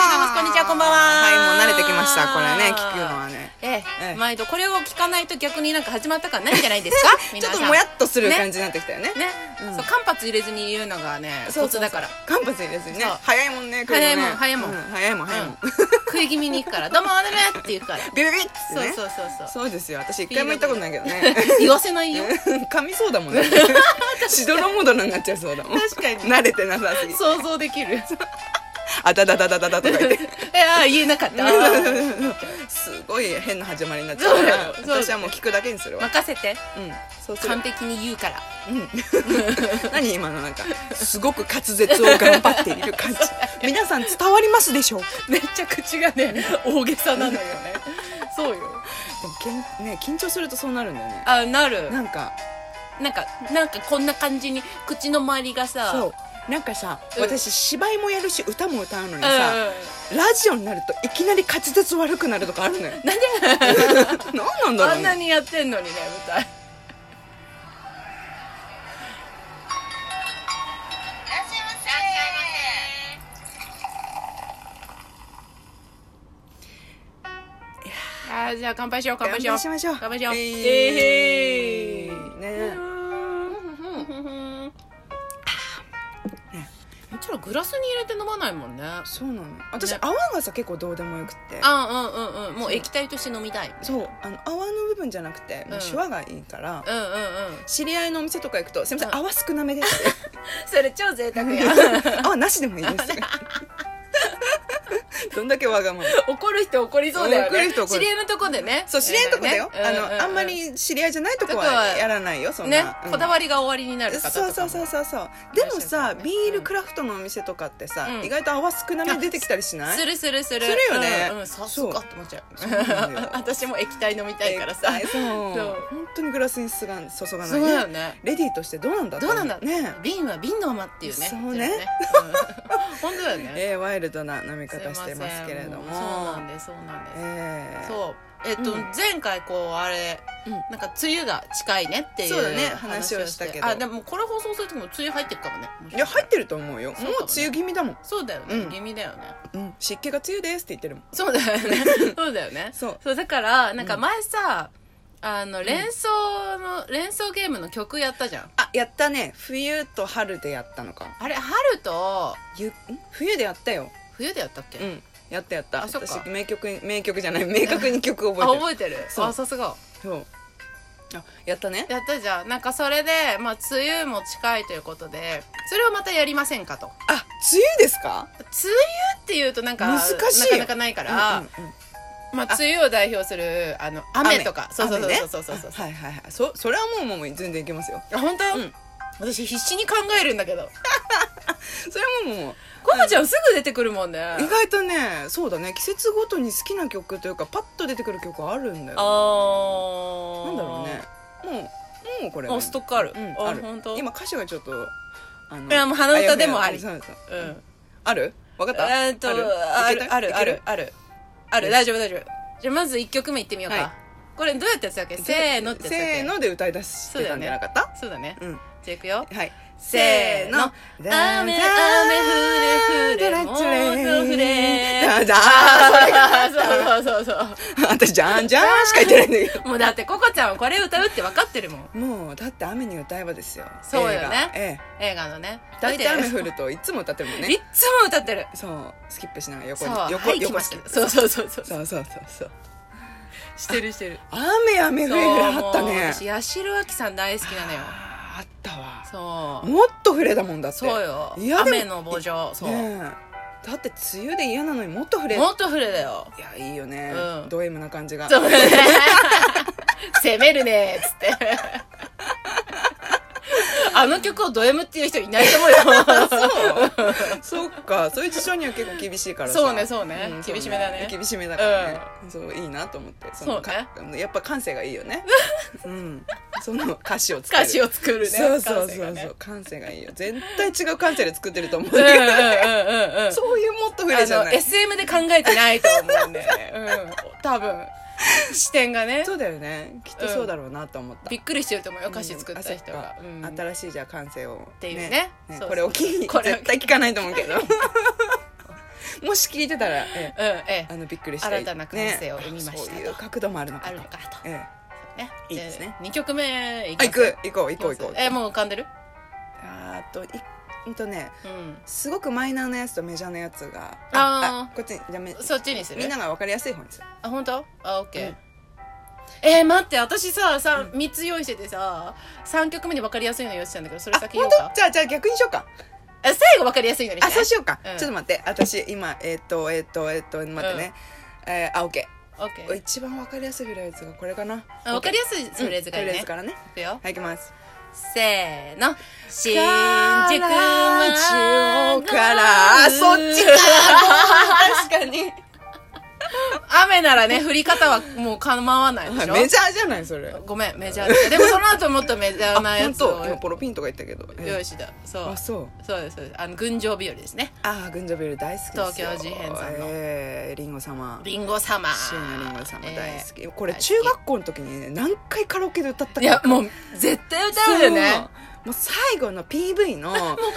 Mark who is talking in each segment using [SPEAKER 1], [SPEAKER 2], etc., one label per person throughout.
[SPEAKER 1] こんばんは
[SPEAKER 2] はいもう慣れてきましたこれね聞くのはね
[SPEAKER 1] ええ
[SPEAKER 2] ええ
[SPEAKER 1] 毎度これを聞かないと逆になんか始まったからないんじゃないです か
[SPEAKER 2] ちょ
[SPEAKER 1] 皆
[SPEAKER 2] っ
[SPEAKER 1] さん
[SPEAKER 2] ともやっとする感じになってきたよね
[SPEAKER 1] ね、そう間髪入れずに言うのがねコツだから
[SPEAKER 2] 間髪入れずにね
[SPEAKER 1] そう
[SPEAKER 2] 早いもんね来るの
[SPEAKER 1] 早い
[SPEAKER 2] ね
[SPEAKER 1] もん早いもん
[SPEAKER 2] うん早いもん早いもん
[SPEAKER 1] うん食い気味に行く から「どうもどうも」って言うから
[SPEAKER 2] ビビビッ
[SPEAKER 1] そ
[SPEAKER 2] て
[SPEAKER 1] う
[SPEAKER 2] ね
[SPEAKER 1] そうそうそう
[SPEAKER 2] そうですよ私一回も行ったことないけどね
[SPEAKER 1] 言わせない よ
[SPEAKER 2] 噛みそう だもんねしどろもどろになっちゃいそうだもん
[SPEAKER 1] 確かに
[SPEAKER 2] 慣れてなさすぎ
[SPEAKER 1] 想像できる
[SPEAKER 2] あだだだだだだとか言 って
[SPEAKER 1] えああ言えなかった任
[SPEAKER 2] すごい変な始まりになっちゃうから
[SPEAKER 1] そうだよ
[SPEAKER 2] 私はもう聞くだけにするわ
[SPEAKER 1] せて
[SPEAKER 2] うんそうする
[SPEAKER 1] 完璧に言うから
[SPEAKER 2] 何今のなんかすごく滑舌を頑張っている感じ皆さん伝わりますでしょう
[SPEAKER 1] めっちゃ口がね大げさなのよねそうよ
[SPEAKER 2] でもけん、ね、緊張するとそうなるんだよね
[SPEAKER 1] あなる
[SPEAKER 2] なんか
[SPEAKER 1] なんかなんかこんな感じに口の周りがさ
[SPEAKER 2] そうなんかさ、
[SPEAKER 1] うん
[SPEAKER 2] 私芝居もやるし歌も歌うのに
[SPEAKER 1] うんうん
[SPEAKER 2] さ、ラジオになるといきなり滑舌悪くなるとかある のよ
[SPEAKER 1] なん
[SPEAKER 2] 何なん
[SPEAKER 1] で
[SPEAKER 2] だ
[SPEAKER 1] あ
[SPEAKER 2] ろうんね
[SPEAKER 1] なにやってんのにね舞台あーじゃあ乾杯しよう乾杯しよう
[SPEAKER 2] しましょう
[SPEAKER 1] 乾杯しよう
[SPEAKER 2] え
[SPEAKER 1] えい
[SPEAKER 2] ーね
[SPEAKER 1] うんうちらグラスに入れて飲まないもんねあ
[SPEAKER 2] そうなのよ私、
[SPEAKER 1] ね
[SPEAKER 2] 泡がさ結構どうでもよくって
[SPEAKER 1] うんうんうんもう液体として飲みたい
[SPEAKER 2] そうあの泡の部分じゃなくて、もう
[SPEAKER 1] うん
[SPEAKER 2] シュワがいいから、
[SPEAKER 1] うんうんうん
[SPEAKER 2] 知り合いのお店とか行くと「すみません、
[SPEAKER 1] う
[SPEAKER 2] 泡少なめです」
[SPEAKER 1] それ超贅沢 や
[SPEAKER 2] 泡なしでもいいです どんだけわがまま
[SPEAKER 1] 怒る人怒りそうだよね
[SPEAKER 2] 怒る人怒
[SPEAKER 1] 知
[SPEAKER 2] る
[SPEAKER 1] り合いのとこでね
[SPEAKER 2] そう知り合いのとこだ
[SPEAKER 1] ね
[SPEAKER 2] よ、
[SPEAKER 1] ううう
[SPEAKER 2] あのあんまり知り合いじゃないとこ
[SPEAKER 1] とこは
[SPEAKER 2] はやらないよそんな、
[SPEAKER 1] ね
[SPEAKER 2] うん
[SPEAKER 1] こだわりが終わりになる方とか
[SPEAKER 2] そう
[SPEAKER 1] も
[SPEAKER 2] そうそうそうそうでもさ、
[SPEAKER 1] いらっしゃるからね
[SPEAKER 2] ビールクラフトのお店とかってさ、
[SPEAKER 1] うん
[SPEAKER 2] 意外と泡少なめ出てきたりしない
[SPEAKER 1] するするする
[SPEAKER 2] するよね
[SPEAKER 1] うんうんさすがって思っちゃ
[SPEAKER 2] そうなのよ
[SPEAKER 1] う 私も液体飲みたいからさ
[SPEAKER 2] えーそう
[SPEAKER 1] そう
[SPEAKER 2] 本当にグラスにすがん注がない
[SPEAKER 1] そうだよね
[SPEAKER 2] レディーとしてどうなんだって
[SPEAKER 1] どうなんだ
[SPEAKER 2] ね
[SPEAKER 1] 瓶は瓶のままっていうね
[SPEAKER 2] そうね
[SPEAKER 1] うん 本当だよね
[SPEAKER 2] えー、ワイルドな飲み
[SPEAKER 1] すい
[SPEAKER 2] 方してますけれども
[SPEAKER 1] ませんそうなんですそうなんです、
[SPEAKER 2] えー
[SPEAKER 1] そうえっと、
[SPEAKER 2] うん
[SPEAKER 1] 前回こうあれ、
[SPEAKER 2] うん
[SPEAKER 1] なんか梅雨が近いねっていう
[SPEAKER 2] そうだね話をしたけど
[SPEAKER 1] あでもこれ放送する時も梅雨入ってるかもねもしかしたら
[SPEAKER 2] いや入ってると思うよもう
[SPEAKER 1] そうかもね
[SPEAKER 2] 梅雨気味だもん、
[SPEAKER 1] そうだよね、
[SPEAKER 2] うん
[SPEAKER 1] 気味だよね
[SPEAKER 2] うん、湿気が梅雨ですって言ってるもん
[SPEAKER 1] そうだよ ねそうだよね
[SPEAKER 2] そう
[SPEAKER 1] だからなんか前さ、あの連想の、連想ゲームの曲やったじゃん
[SPEAKER 2] あやったね冬と春でやったのか
[SPEAKER 1] あれ春と
[SPEAKER 2] ゆん冬でやったよ
[SPEAKER 1] 冬でやったっけ、
[SPEAKER 2] うんやったやった
[SPEAKER 1] あそっか
[SPEAKER 2] 私名曲に名曲じゃない明確に曲覚え
[SPEAKER 1] あ
[SPEAKER 2] てる
[SPEAKER 1] 覚えてる
[SPEAKER 2] そう
[SPEAKER 1] あさすが
[SPEAKER 2] そうあやったね
[SPEAKER 1] やったじゃんなんかそれで、まあ、梅雨も近いということでそれをまたやりませんかと
[SPEAKER 2] あ梅雨ですか
[SPEAKER 1] 梅雨っていうとなんか
[SPEAKER 2] 難しい
[SPEAKER 1] なか
[SPEAKER 2] よ
[SPEAKER 1] なかないから、
[SPEAKER 2] うんうんうん
[SPEAKER 1] まあ、梅雨を代表するあの雨とかそうそうそう
[SPEAKER 2] 雨ね
[SPEAKER 1] そうそうそうそう、
[SPEAKER 2] はいはいはいそそれはもうもう全然いけますよ
[SPEAKER 1] あ本当、
[SPEAKER 2] うん
[SPEAKER 1] 私必死に考えるんだけど
[SPEAKER 2] それはもうも
[SPEAKER 1] コマちゃんすぐ出てくるもんね
[SPEAKER 2] う意外とねそうだね季節ごとに好きな曲というかパッと出てくる曲あるんだよ
[SPEAKER 1] あー
[SPEAKER 2] なんだろうねもうもうこれ
[SPEAKER 1] あストックある、
[SPEAKER 2] うん、
[SPEAKER 1] あ
[SPEAKER 2] ある
[SPEAKER 1] 本当
[SPEAKER 2] 今歌詞がちょっとあの
[SPEAKER 1] いやもう鼻歌でもあり
[SPEAKER 2] やばいやばいそうそう
[SPEAKER 1] うん
[SPEAKER 2] あるわかった
[SPEAKER 1] えーっとあ
[SPEAKER 2] い
[SPEAKER 1] る
[SPEAKER 2] け
[SPEAKER 1] あるあ
[SPEAKER 2] いけ
[SPEAKER 1] るあるある
[SPEAKER 2] よし
[SPEAKER 1] 大丈夫大丈夫じゃあまず1曲目いってみようか、
[SPEAKER 2] はい
[SPEAKER 1] これどうやってやつだっけせーのってやつだっけ
[SPEAKER 2] せーので歌い出してたんじゃなかった
[SPEAKER 1] そうだね
[SPEAKER 2] うん
[SPEAKER 1] じゃあいくよ
[SPEAKER 2] はい
[SPEAKER 1] せーの雨雨降れ降れもっと降れ
[SPEAKER 2] じゃじゃ
[SPEAKER 1] あー そうそうそう
[SPEAKER 2] ーん私じゃんじゃーんしか言ってないんだけ
[SPEAKER 1] そうもうだってココちゃんはこれ歌うって分かってるもん
[SPEAKER 2] どもうだって雨に歌えばですよ
[SPEAKER 1] そうよね
[SPEAKER 2] 映画ええ
[SPEAKER 1] 映画のね
[SPEAKER 2] 大体雨降
[SPEAKER 1] る
[SPEAKER 2] るといつも歌ってるもん
[SPEAKER 1] いっ
[SPEAKER 2] ね
[SPEAKER 1] つも歌ってる
[SPEAKER 2] そうスキップしながら横
[SPEAKER 1] そう
[SPEAKER 2] に
[SPEAKER 1] は
[SPEAKER 2] 横
[SPEAKER 1] い来
[SPEAKER 2] 横
[SPEAKER 1] ま
[SPEAKER 2] ス
[SPEAKER 1] し
[SPEAKER 2] キップ
[SPEAKER 1] たそうそうそうそう
[SPEAKER 2] そうそうそうそう
[SPEAKER 1] してるしてる
[SPEAKER 2] 雨雨降れあった
[SPEAKER 1] もう
[SPEAKER 2] ね
[SPEAKER 1] 私八代亜紀さん大好きなのよ
[SPEAKER 2] あったわ
[SPEAKER 1] そう
[SPEAKER 2] もっと降れだもんだって
[SPEAKER 1] そうよ
[SPEAKER 2] いやでも
[SPEAKER 1] 雨の墓場そう、
[SPEAKER 2] ねえだって梅雨で嫌なのにもっと降れい
[SPEAKER 1] もっと降れだよ
[SPEAKER 2] やいいよね、
[SPEAKER 1] うん
[SPEAKER 2] ド M な感じが
[SPEAKER 1] そうね攻めるねっつってあの曲をド M っていう人いないと思うよ
[SPEAKER 2] そうかそういう事情には結構厳しいからさ
[SPEAKER 1] そうねそうね厳しめだね
[SPEAKER 2] 厳しめだからね、そういいなと思ってその
[SPEAKER 1] そうね
[SPEAKER 2] かやっぱ感性がいいよ ねうんその歌詞を作る
[SPEAKER 1] 歌詞を作るね
[SPEAKER 2] そうそう
[SPEAKER 1] 感性
[SPEAKER 2] そ
[SPEAKER 1] が
[SPEAKER 2] う
[SPEAKER 1] ね
[SPEAKER 2] そう感性がいいよ絶対違う感性で作ってると思う
[SPEAKER 1] うんうん
[SPEAKER 2] ね
[SPEAKER 1] うん うんうん
[SPEAKER 2] そういうもっと降れじゃ
[SPEAKER 1] あ
[SPEAKER 2] な
[SPEAKER 1] の
[SPEAKER 2] い
[SPEAKER 1] SM で考えてないと思うんだよね、うん、多分視点がね
[SPEAKER 2] そうだよねきっとそうだろうなと思った
[SPEAKER 1] びっくりしてると思うよ歌詞作った人が
[SPEAKER 2] うんあそっ、か
[SPEAKER 1] うん
[SPEAKER 2] 新しいじゃあ感性をって
[SPEAKER 1] いうねそうそう
[SPEAKER 2] これを機 に
[SPEAKER 1] これを機に
[SPEAKER 2] 絶対聞かないと思うけどもし聞いてたら、
[SPEAKER 1] う
[SPEAKER 2] え
[SPEAKER 1] んえ
[SPEAKER 2] え、あ
[SPEAKER 1] え
[SPEAKER 2] のびっくりしたい
[SPEAKER 1] 新たな感性を生みましたと
[SPEAKER 2] ね、そういう角度もあるのか
[SPEAKER 1] あ
[SPEAKER 2] と
[SPEAKER 1] るのかと
[SPEAKER 2] え
[SPEAKER 1] そう
[SPEAKER 2] え
[SPEAKER 1] ね
[SPEAKER 2] いいですね
[SPEAKER 1] 2曲目いき
[SPEAKER 2] あ
[SPEAKER 1] ます
[SPEAKER 2] 行く行こう行こう
[SPEAKER 1] いき
[SPEAKER 2] 行
[SPEAKER 1] ま
[SPEAKER 2] こう
[SPEAKER 1] すえもう浮かんでる
[SPEAKER 2] あーっというんとね
[SPEAKER 1] うん
[SPEAKER 2] すごくマイナーなやつとメジャーなやつが
[SPEAKER 1] あー
[SPEAKER 2] こっちにじゃあめ
[SPEAKER 1] そっちにする
[SPEAKER 2] みんなが分かりやすい方にする
[SPEAKER 1] あ本当あオッケー、
[SPEAKER 2] うん
[SPEAKER 1] えー、待って私さ 3, 三つ用意しててさ3曲目に分かりやすいの用意してたんだけどそれ
[SPEAKER 2] あ
[SPEAKER 1] 先言お
[SPEAKER 2] 本
[SPEAKER 1] うか
[SPEAKER 2] 当じゃあじゃあ逆にしようか
[SPEAKER 1] え最後分かりやすいのに
[SPEAKER 2] あそう
[SPEAKER 1] し
[SPEAKER 2] しようか、
[SPEAKER 1] うん
[SPEAKER 2] ちょっと待って私今えーっとえーっとえーっと待ってね、えー、あオッケ
[SPEAKER 1] オッケ
[SPEAKER 2] ー
[SPEAKER 1] ー
[SPEAKER 2] 一番分かりやすいフレーズがこれかな
[SPEAKER 1] あ分かりやすいフレーズがいいね、
[SPEAKER 2] フレーズからね
[SPEAKER 1] いくよ
[SPEAKER 2] はい行きます
[SPEAKER 1] せーの新宿
[SPEAKER 2] ラジ
[SPEAKER 1] は
[SPEAKER 2] オから あそっちか確かに
[SPEAKER 1] 雨ならね降り方はもう構わないでしょ
[SPEAKER 2] メジャーじゃないそれ
[SPEAKER 1] ごめんメジャーででもその後もっとメジャーなや
[SPEAKER 2] 本
[SPEAKER 1] つ
[SPEAKER 2] 当
[SPEAKER 1] を
[SPEAKER 2] 今ポロピンとか言ったけど、えー
[SPEAKER 1] 用意してたそう
[SPEAKER 2] あそう
[SPEAKER 1] そうですそうですあの群青日和ですね
[SPEAKER 2] ああ群青ビール大好きですよ
[SPEAKER 1] 東京事変さんの
[SPEAKER 2] えー、リンゴ様
[SPEAKER 1] リンゴ様
[SPEAKER 2] 椎名林檎様大好き、これ
[SPEAKER 1] 大好き
[SPEAKER 2] 中学校の時にね何回カラオケで歌ったか
[SPEAKER 1] いやもう絶対歌うよね
[SPEAKER 2] そうもう最後の PV の、ね、
[SPEAKER 1] もう可愛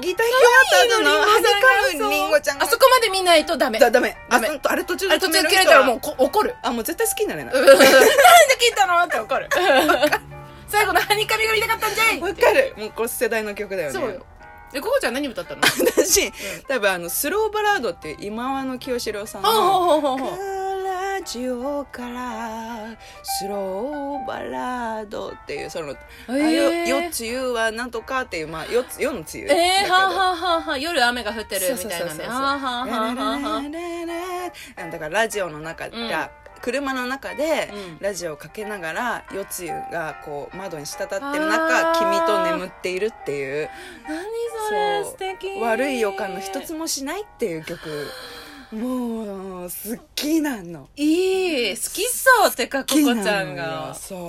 [SPEAKER 1] い
[SPEAKER 2] ギター弾き終わった後のはじかむリンゴちゃんが
[SPEAKER 1] あそこまで見ないとダメ
[SPEAKER 2] だダメ
[SPEAKER 1] ダメ
[SPEAKER 2] あそあれ途中
[SPEAKER 1] あ
[SPEAKER 2] で
[SPEAKER 1] れ途中で切
[SPEAKER 2] 止め
[SPEAKER 1] れ
[SPEAKER 2] る人
[SPEAKER 1] た
[SPEAKER 2] は
[SPEAKER 1] らもうこ怒る
[SPEAKER 2] あもう絶対好きになれない
[SPEAKER 1] うん
[SPEAKER 2] わ、
[SPEAKER 1] なんで切ったのって怒 る最後のハニカミが見たかったんじゃい
[SPEAKER 2] かるもうこれ世代の曲だよね
[SPEAKER 1] そうよでここちゃん何歌ったの
[SPEAKER 2] 私、多分あのスローバラードっていう今和の清志郎さんの
[SPEAKER 1] ほうほうほうほう
[SPEAKER 2] ラジオからスローバラードっていうその「あ
[SPEAKER 1] へー
[SPEAKER 2] よよつゆはなんとか」っていうまあよつよのつゆだけど
[SPEAKER 1] えー、はあはあはあはあ夜雨が降ってるみたいな
[SPEAKER 2] そうそうそうそ
[SPEAKER 1] ね
[SPEAKER 2] う
[SPEAKER 1] はあはあはあはあはあ
[SPEAKER 2] ララララララだからラジオの中
[SPEAKER 1] うん
[SPEAKER 2] が、車の中で
[SPEAKER 1] うん
[SPEAKER 2] ラジオをかけながら夜露がこう窓に滴ってる
[SPEAKER 1] あ
[SPEAKER 2] 中
[SPEAKER 1] ー
[SPEAKER 2] 君と眠っているっていう
[SPEAKER 1] 何それ素敵
[SPEAKER 2] 悪い予感の一つもしないっていう曲もう好きなの
[SPEAKER 1] いい好きそうってかここち
[SPEAKER 2] 好き
[SPEAKER 1] ゃ
[SPEAKER 2] なの
[SPEAKER 1] ん
[SPEAKER 2] よ
[SPEAKER 1] が
[SPEAKER 2] そう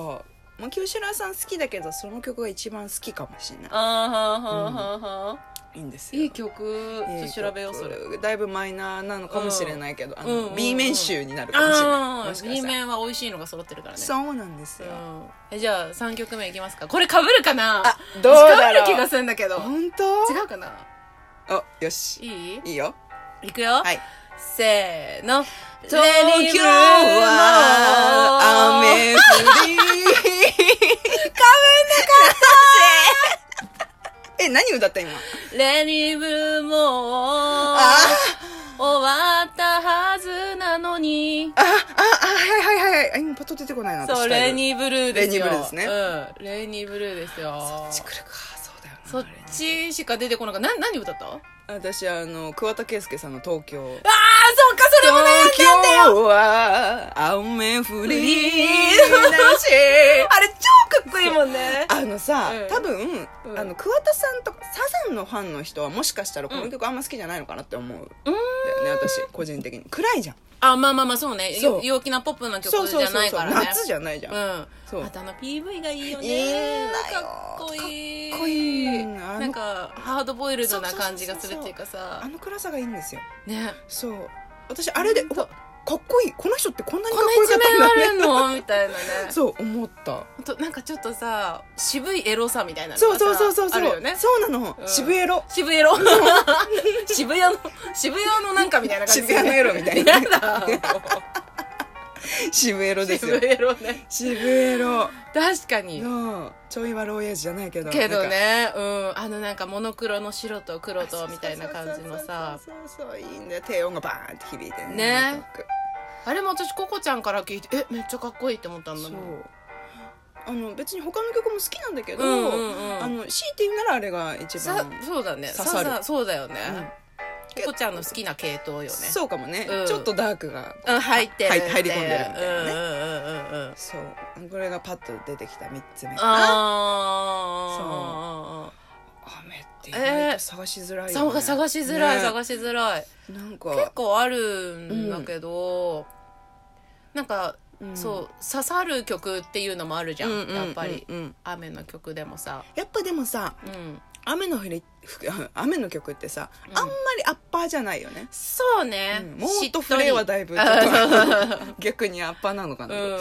[SPEAKER 2] もう清志郎さん好きだけどその曲が一番好きかもしれない
[SPEAKER 1] ああはあはあはあはあ
[SPEAKER 2] いいんですよ
[SPEAKER 1] いい曲ちょっと調べようそれ
[SPEAKER 2] れだいぶマイナーなのかもしれないけど、あの
[SPEAKER 1] うんうんうん
[SPEAKER 2] B 面集になるかもしれない
[SPEAKER 1] あ
[SPEAKER 2] もし
[SPEAKER 1] あ
[SPEAKER 2] かした
[SPEAKER 1] B
[SPEAKER 2] ら
[SPEAKER 1] 面は美味しいのが揃ってるからね
[SPEAKER 2] そうなんですよ、
[SPEAKER 1] うんえじゃあ3曲目いきますかこれかぶるかな
[SPEAKER 2] あどうだ
[SPEAKER 1] 被る
[SPEAKER 2] ろ
[SPEAKER 1] 気が
[SPEAKER 2] う
[SPEAKER 1] するんだけど
[SPEAKER 2] 本当
[SPEAKER 1] 違うかな
[SPEAKER 2] あよし
[SPEAKER 1] いい
[SPEAKER 2] いいよ
[SPEAKER 1] いくよ、
[SPEAKER 2] はい
[SPEAKER 1] せーの
[SPEAKER 2] 東京は
[SPEAKER 1] 雨
[SPEAKER 2] 雨降り かぶんなかったえ何歌った今
[SPEAKER 1] レニブルも
[SPEAKER 2] あ
[SPEAKER 1] 終わったはずなのに
[SPEAKER 2] あああはいはいはいはい今パッと出てこないな
[SPEAKER 1] そうレニブルーですよ
[SPEAKER 2] レニブルーですね
[SPEAKER 1] うん、レニブルーですよ
[SPEAKER 2] こっち来るかそうだよな
[SPEAKER 1] そっちしか出てこなかったな何歌ったあ
[SPEAKER 2] 私あの桑田佳祐さんの東京
[SPEAKER 1] あそっかそれも悩ん
[SPEAKER 2] 東
[SPEAKER 1] だんだよ
[SPEAKER 2] 京は雨降りだし
[SPEAKER 1] あれ超かっこいいもんね
[SPEAKER 2] あのさ、
[SPEAKER 1] うん
[SPEAKER 2] 多分、
[SPEAKER 1] うん
[SPEAKER 2] あの桑田さんとかサザンのファンの人はもしかしたらこの曲あんま好きじゃないのかなって思うんだよね私個人的に暗いじゃん
[SPEAKER 1] あまあまあまあそうね
[SPEAKER 2] そう
[SPEAKER 1] よ陽気なポップな
[SPEAKER 2] そう
[SPEAKER 1] 曲じ
[SPEAKER 2] そう
[SPEAKER 1] ゃ
[SPEAKER 2] そう
[SPEAKER 1] ない
[SPEAKER 2] そ
[SPEAKER 1] か
[SPEAKER 2] う
[SPEAKER 1] らね
[SPEAKER 2] 夏じゃないじゃん、
[SPEAKER 1] う
[SPEAKER 2] かっ
[SPEAKER 1] ん
[SPEAKER 2] そう
[SPEAKER 1] またあの PV がいいよね
[SPEAKER 2] いいんだ
[SPEAKER 1] か
[SPEAKER 2] よ
[SPEAKER 1] っこいい
[SPEAKER 2] こいい
[SPEAKER 1] な
[SPEAKER 2] あ
[SPEAKER 1] ん
[SPEAKER 2] の
[SPEAKER 1] かハードボイルドな感じがするっていうか
[SPEAKER 2] あ
[SPEAKER 1] さ
[SPEAKER 2] の暗さがいいんですよ
[SPEAKER 1] ね
[SPEAKER 2] そう私あれで
[SPEAKER 1] ほん
[SPEAKER 2] う
[SPEAKER 1] と
[SPEAKER 2] わかっこいいこの人ってこんなに
[SPEAKER 1] こ
[SPEAKER 2] かっ
[SPEAKER 1] の
[SPEAKER 2] こよ
[SPEAKER 1] 一
[SPEAKER 2] かったんだね
[SPEAKER 1] 面あるのみたいなね
[SPEAKER 2] そう思った
[SPEAKER 1] ほんとなんかちょっとさ渋いエロさみたいなのがさ
[SPEAKER 2] そうそうそうそう
[SPEAKER 1] あ
[SPEAKER 2] そ
[SPEAKER 1] るよ
[SPEAKER 2] う、
[SPEAKER 1] ね
[SPEAKER 2] そうなの、
[SPEAKER 1] うん
[SPEAKER 2] 渋エロ
[SPEAKER 1] 渋エロ渋谷の渋谷のなんかみたいな感じ
[SPEAKER 2] 渋谷のエロみたいな
[SPEAKER 1] やだ
[SPEAKER 2] 渋エロです
[SPEAKER 1] 渋
[SPEAKER 2] よ
[SPEAKER 1] エロね
[SPEAKER 2] 渋エロ
[SPEAKER 1] 確かに
[SPEAKER 2] のちょい悪親父じゃないけど
[SPEAKER 1] けど
[SPEAKER 2] なんか
[SPEAKER 1] ねうんあのなんかモノクロの白と黒とみたいな感じのさ
[SPEAKER 2] そうそうそうそういいんだよ低音がバーンって響いてね
[SPEAKER 1] ね
[SPEAKER 2] なんか
[SPEAKER 1] あれも私ココちゃんから聞いてえめっちゃかっこいいって思ったん
[SPEAKER 2] そ
[SPEAKER 1] だ
[SPEAKER 2] う
[SPEAKER 1] もん
[SPEAKER 2] あの別に他の曲も好きなんだけど、
[SPEAKER 1] うんうんうん
[SPEAKER 2] あの強いて言うならあれが一
[SPEAKER 1] さ
[SPEAKER 2] 番、
[SPEAKER 1] そうだね
[SPEAKER 2] 刺さる
[SPEAKER 1] ささそうだよね
[SPEAKER 2] うん
[SPEAKER 1] ココちゃんの好きな系統よね
[SPEAKER 2] そうかもね、
[SPEAKER 1] うん
[SPEAKER 2] ちょっとダークが
[SPEAKER 1] うん入ってる
[SPEAKER 2] 入入り込んでるみたいなね
[SPEAKER 1] うんうんうんうんうん
[SPEAKER 2] そうこれがパッと出てきた3つ目
[SPEAKER 1] あ
[SPEAKER 2] 雨って意外と探しづら
[SPEAKER 1] あ
[SPEAKER 2] いよ、ね
[SPEAKER 1] 探探しづらい
[SPEAKER 2] ね
[SPEAKER 1] 探しづらい
[SPEAKER 2] な
[SPEAKER 1] 結
[SPEAKER 2] んか
[SPEAKER 1] 構あるんだけどなんか
[SPEAKER 2] うん
[SPEAKER 1] そう刺さる曲っていうのもあるじゃん
[SPEAKER 2] うんうんうん
[SPEAKER 1] やっぱり
[SPEAKER 2] うん
[SPEAKER 1] 雨の曲でもさ
[SPEAKER 2] やっぱでもさ
[SPEAKER 1] うん
[SPEAKER 2] 雨の降りふ雨の曲ってさ、
[SPEAKER 1] うん
[SPEAKER 2] あんまりアッパーじゃないよね
[SPEAKER 1] そうね
[SPEAKER 2] うんもっとフレーはだいぶちょっと 逆にアッパーなのか
[SPEAKER 1] う
[SPEAKER 2] な、
[SPEAKER 1] ん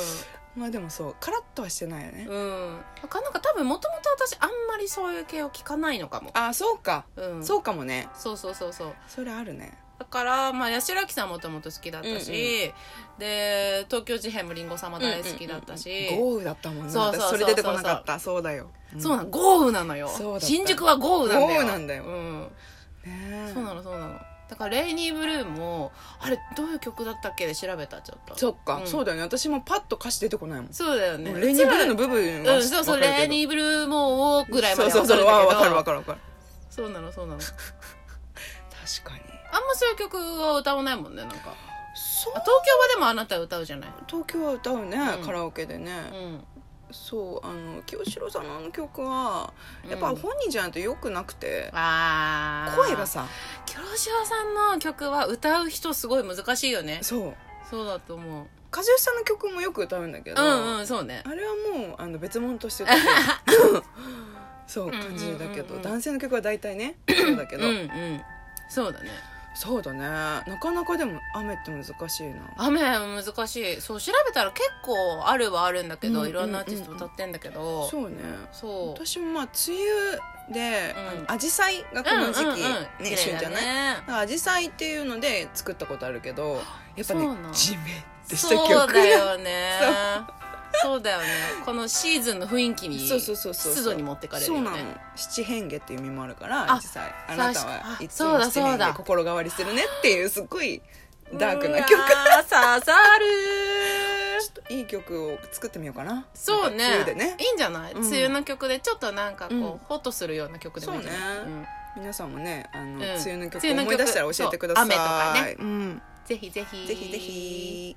[SPEAKER 2] まあでもそうカラッとはしてないよね、
[SPEAKER 1] うんかなんか多分もともと私あんまりそういう系を聞かないのかも、
[SPEAKER 2] ああそうか、
[SPEAKER 1] うん、
[SPEAKER 2] そうかもね
[SPEAKER 1] そうそうそうそう
[SPEAKER 2] それあるね
[SPEAKER 1] だから、まあ、八代亜紀さんもともと好きだったし、
[SPEAKER 2] うん
[SPEAKER 1] で東京事変もりんご様大好きだったし、
[SPEAKER 2] 豪雨だったもんね
[SPEAKER 1] そうそうそ
[SPEAKER 2] 私
[SPEAKER 1] うそう
[SPEAKER 2] それ出てこなかったそうだよ、
[SPEAKER 1] そうな
[SPEAKER 2] の
[SPEAKER 1] の豪雨なのよ
[SPEAKER 2] そうだった
[SPEAKER 1] 新宿は豪雨なんだよ
[SPEAKER 2] 豪雨なんだよ
[SPEAKER 1] うん
[SPEAKER 2] ねえ
[SPEAKER 1] そうなのそうなのだから「レイニーブルーも」あれどういう曲だったっけで調べたちょっと
[SPEAKER 2] そっか、
[SPEAKER 1] うん
[SPEAKER 2] そうだよね私もパッと歌詞出てこないもん、
[SPEAKER 1] そうだよね
[SPEAKER 2] もうレイニーブルーの
[SPEAKER 1] う
[SPEAKER 2] 部分
[SPEAKER 1] ち
[SPEAKER 2] は
[SPEAKER 1] らうんそうそう「
[SPEAKER 2] わかるけど
[SPEAKER 1] レイニーブルーもう」ぐらいま
[SPEAKER 2] そう
[SPEAKER 1] で
[SPEAKER 2] そうそうわわかるわ
[SPEAKER 1] かる
[SPEAKER 2] かるわかる
[SPEAKER 1] そうなのそうなの
[SPEAKER 2] 確かに
[SPEAKER 1] あんまそういう曲は歌わないもんねなんか
[SPEAKER 2] そう
[SPEAKER 1] あ東京はでもあなた歌うじゃない
[SPEAKER 2] 東京は歌うね、
[SPEAKER 1] うん
[SPEAKER 2] カラオケでね、
[SPEAKER 1] うん
[SPEAKER 2] そうあの清志郎さんのあの曲はやっぱ
[SPEAKER 1] うん
[SPEAKER 2] 本人じゃないとよくなくて、
[SPEAKER 1] あー
[SPEAKER 2] 声がさ
[SPEAKER 1] 清志郎さんの曲は歌う人すごい難しいよね
[SPEAKER 2] そう
[SPEAKER 1] そうだと思う
[SPEAKER 2] 和義さんの曲もよく歌うんだけ
[SPEAKER 1] う
[SPEAKER 2] ど、
[SPEAKER 1] んうんそうね
[SPEAKER 2] あれはもうあの別物として歌う そう感じだけ
[SPEAKER 1] うんうんうん
[SPEAKER 2] ど、
[SPEAKER 1] うん
[SPEAKER 2] 男性の曲は大体 ねそうだけ
[SPEAKER 1] うん
[SPEAKER 2] ど、
[SPEAKER 1] うんそうだね
[SPEAKER 2] そうだねなかなかでも雨って難しいな
[SPEAKER 1] 雨難しいそう調べたら結構あるはあるんだけど、
[SPEAKER 2] うん
[SPEAKER 1] いろんなアーティスト歌ってんだけど、
[SPEAKER 2] そうね
[SPEAKER 1] そう
[SPEAKER 2] 私もまあ梅雨で
[SPEAKER 1] うん
[SPEAKER 2] あの紫陽花がこの時期、
[SPEAKER 1] うんうんうん
[SPEAKER 2] ね
[SPEAKER 1] 綺麗
[SPEAKER 2] 旬
[SPEAKER 1] だ
[SPEAKER 2] じゃない
[SPEAKER 1] ね
[SPEAKER 2] アジサイっていうので作ったことあるけどやっぱね
[SPEAKER 1] そうなの
[SPEAKER 2] ジメってした曲
[SPEAKER 1] そうだよねそうだよねこのシーズンの雰囲気に
[SPEAKER 2] そうそうそうそう
[SPEAKER 1] 湿度に持ってかれるよ
[SPEAKER 2] そうなの
[SPEAKER 1] ね
[SPEAKER 2] 七変化っていう意味もあるから
[SPEAKER 1] あ
[SPEAKER 2] アジサイあなた
[SPEAKER 1] 確か
[SPEAKER 2] はい
[SPEAKER 1] あ
[SPEAKER 2] つ
[SPEAKER 1] そう
[SPEAKER 2] も
[SPEAKER 1] だ
[SPEAKER 2] 七
[SPEAKER 1] そう
[SPEAKER 2] 変
[SPEAKER 1] だ
[SPEAKER 2] 化心変わりするねっていうすっごいダークな曲
[SPEAKER 1] うわー刺さる
[SPEAKER 2] ちょっといい曲を作ってみようかな
[SPEAKER 1] そうね
[SPEAKER 2] なんか梅雨でね
[SPEAKER 1] いいんじゃない、
[SPEAKER 2] うん
[SPEAKER 1] 梅雨の曲でちょっとなんかこう、
[SPEAKER 2] うん
[SPEAKER 1] ホッとするような曲でもいいんじゃない
[SPEAKER 2] そうね
[SPEAKER 1] ん
[SPEAKER 2] 皆さんもねあの、
[SPEAKER 1] ん
[SPEAKER 2] 梅雨の曲
[SPEAKER 1] 梅雨の曲
[SPEAKER 2] 思い出したら教えてください
[SPEAKER 1] そう雨とか
[SPEAKER 2] ね、うん、
[SPEAKER 1] ぜひぜひ
[SPEAKER 2] ぜひぜひ